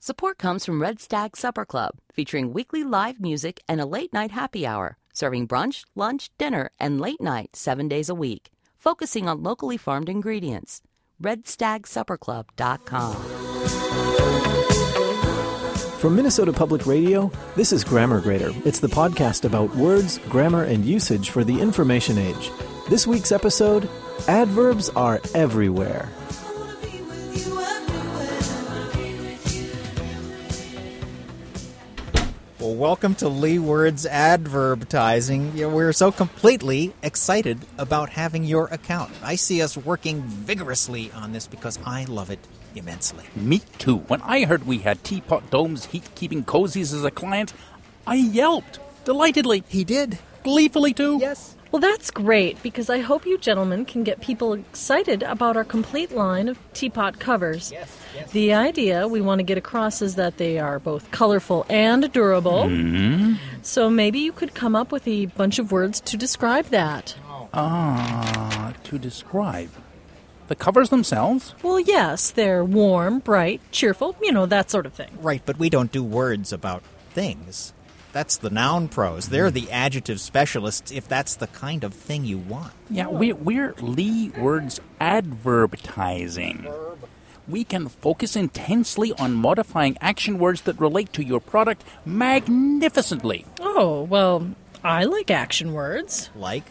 Support comes from Red Stag Supper Club, featuring weekly live music and a late night happy hour, serving brunch, lunch, dinner, and late night seven days a week, focusing on locally farmed ingredients. RedStagSupperClub.com. From Minnesota Public Radio, this is Grammar Grader. It's the podcast about words, grammar, and usage for the information age. This week's episode Adverbs Are Everywhere. Well, welcome to Lee Words Advertising. Yeah, we're so completely excited about having your account. I see us working vigorously on this because I love it immensely. Me too. When I heard we had teapot domes, heat keeping cozies as a client, I yelped delightedly. He did. Gleefully too. Yes. Well, that's great because I hope you gentlemen can get people excited about our complete line of teapot covers. Yes, yes. The idea we want to get across is that they are both colorful and durable. So maybe you could come up with a bunch of words to describe that. Ah, to describe. The covers themselves? Well, yes, they're warm, bright, cheerful, you know, that sort of thing. Right, but we don't do words about things. That's the noun pros. They're the adjective specialists if that's the kind of thing you want. Yeah, we, we're Lee Words advertising. We can focus intensely on modifying action words that relate to your product magnificently. Oh, well, I like action words. Like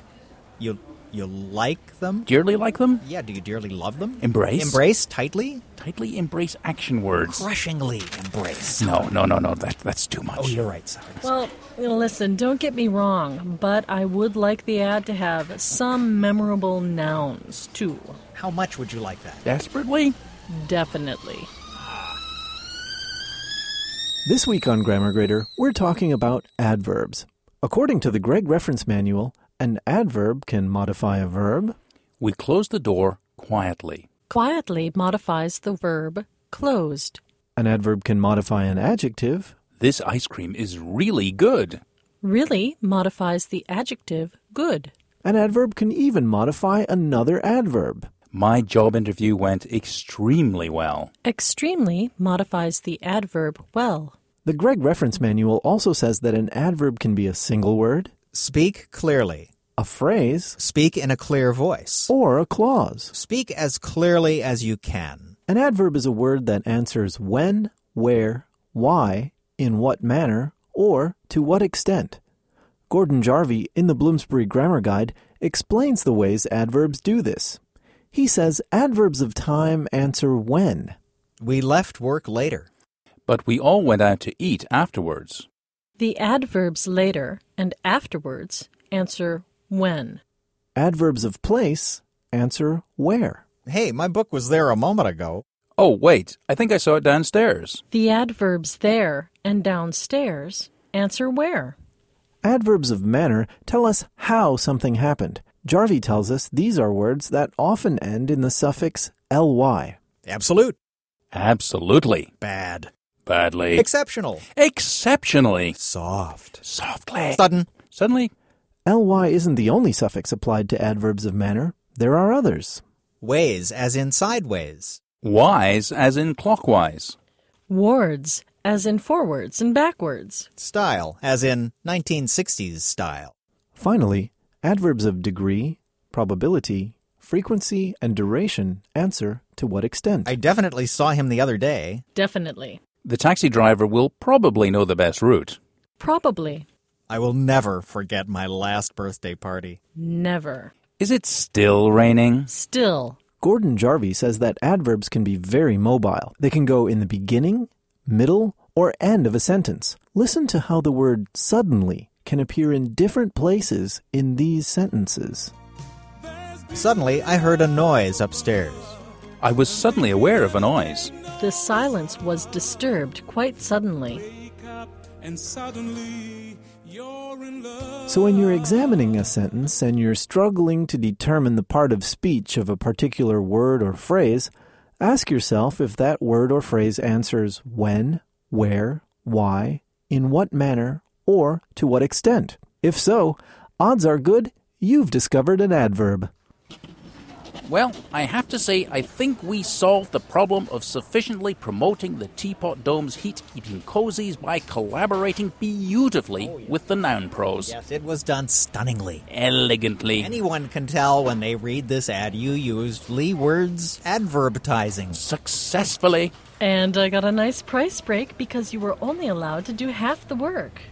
you you like them? Dearly like them? Yeah, do you dearly love them? Embrace? Embrace tightly? Tightly embrace action words. Crushingly embrace. No, no, no, no. That, that's too much. Oh, you're right, sorry. Well, listen, don't get me wrong, but I would like the ad to have some memorable nouns, too. How much would you like that? Desperately? Definitely. This week on Grammar Grader, we're talking about adverbs. According to the Gregg Reference Manual, an adverb can modify a verb, We close the door quietly. Quietly modifies the verb closed. an adverb can modify an adjective, This ice cream is really good. Really modifies the adjective good. an adverb can even modify another adverb. My job interview went extremely well. Extremely modifies the adverb well. The Gregg Reference Manual also says that an adverb can be a single word, Speak clearly. a phrase, Speak in a clear voice. or a clause. Speak as clearly as you can. An adverb is a word that answers when, where, why, in what manner, or to what extent. Gordon Jarvie, in the Bloomsbury Grammar Guide, explains the ways adverbs do this. He says adverbs of time answer when. We left work later. But we all went out to eat afterwards. The adverbs later and afterwards answer when. Adverbs of place answer where. Hey, my book was there a moment ago. Oh, wait, I think I saw it downstairs. The adverbs there and downstairs answer where. Adverbs of manner tell us how something happened. Jarvie tells us these are words that often end in the suffix ly. Absolute. Absolutely. Bad. Badly. Exceptional. Exceptionally. Soft. Softly. Sudden. Suddenly, Ly isn't the only suffix applied to adverbs of manner. There are others. Ways, as in sideways. wise as in clockwise. Wards, as in forwards and backwards. Style, as in 1960s style. Finally, adverbs of degree, probability, frequency, and duration answer to what extent. I definitely saw him the other day. Definitely. The taxi driver will probably know the best route. Probably. I will never forget my last birthday party. Never. Is it still raining? Still. Gordon Jarvie says that adverbs can be very mobile. They can go in the beginning, middle, or end of a sentence. Listen to how the word suddenly can appear in different places in these sentences. Suddenly, I heard a noise upstairs. I was suddenly aware of a noise. The silence was disturbed quite suddenly. and suddenly you're in love. So, when you're examining a sentence and you're struggling to determine the part of speech of a particular word or phrase, ask yourself if that word or phrase answers when, where, why, in what manner, or to what extent. If so, odds are good you've discovered an adverb. Well, I have to say, I think we solved the problem of sufficiently promoting the Teapot Dome's heat keeping cozies by collaborating beautifully with the noun pros. Yes, it was done stunningly. Elegantly. Anyone can tell when they read this ad you used Lee Words advertising. successfully. And I got a nice price break because you were only allowed to do half the work.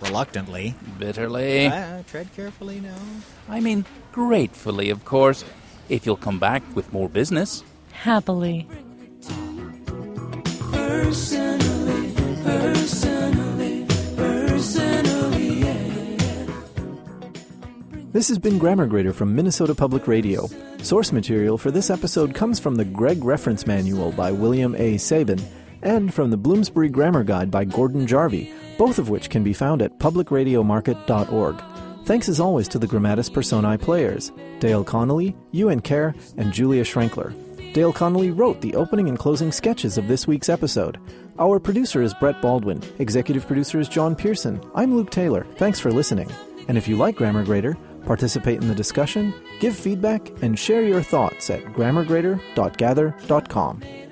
Reluctantly. Bitterly. Uh, tread carefully now. I mean, gratefully, of course, if you'll come back with more business. Happily. Personally, personally, personally, yeah. This has been Grammar Grader from Minnesota Public Radio. Source material for this episode comes from the Gregg Reference Manual by William A. Sabin and from the Bloomsbury Grammar Guide by Gordon Jarvie, both of which can be found at publicradiomarket.org. Thanks as always to the Grammatis Personae players, Dale Connolly, Ewan Kerr, and Julia Schrenkler. Dale Connolly wrote the opening and closing sketches of this week's episode. Our producer is Brett Baldwin, executive producer is John Pearson. I'm Luke Taylor. Thanks for listening. And if you like Grammar Grader, participate in the discussion, give feedback, and share your thoughts at grammargrader.gather.com.